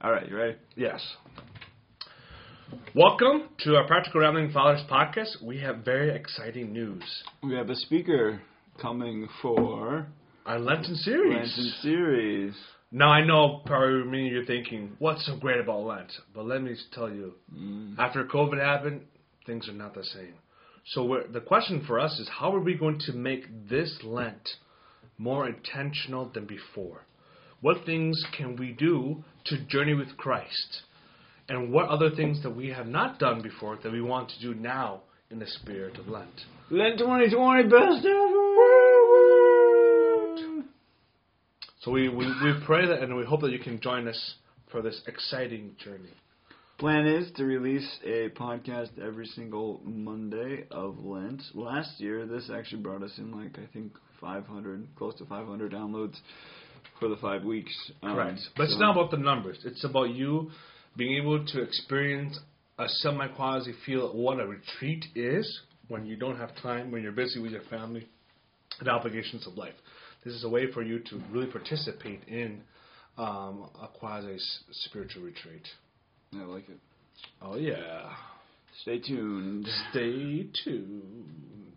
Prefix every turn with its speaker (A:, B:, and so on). A: All right, you ready?
B: Yes. Welcome to our Practical Rambling Fathers podcast. We have very exciting news.
A: We have a speaker coming for
B: Our Lenten series.
A: Lenten series.
B: Now I know probably many of you are thinking, what's so great about Lent? But let me tell you, after COVID happened, things are not the same. So we're, the question for us is, how are we going to make this Lent more intentional than before? What things can we do to journey with Christ? And what other things that we have not done before that we want to do now in the spirit of Lent?
A: Lent 2020 best ever.
B: So we, we, we pray that and we hope that you can join us for this exciting journey.
A: Plan is to release a podcast every single Monday of Lent. Last year, this actually brought us in like I think 500, close to 500 downloads for the five weeks. Um,
B: Correct. But it's
A: so-
B: not about the numbers. It's about you being able to experience a semi quasi feel of what a retreat is when you don't have time, when you're busy with your family and obligations of life. This is a way for you to really participate in um, a quasi spiritual retreat.
A: I like it.
B: Oh, yeah.
A: Stay tuned.
B: Stay tuned.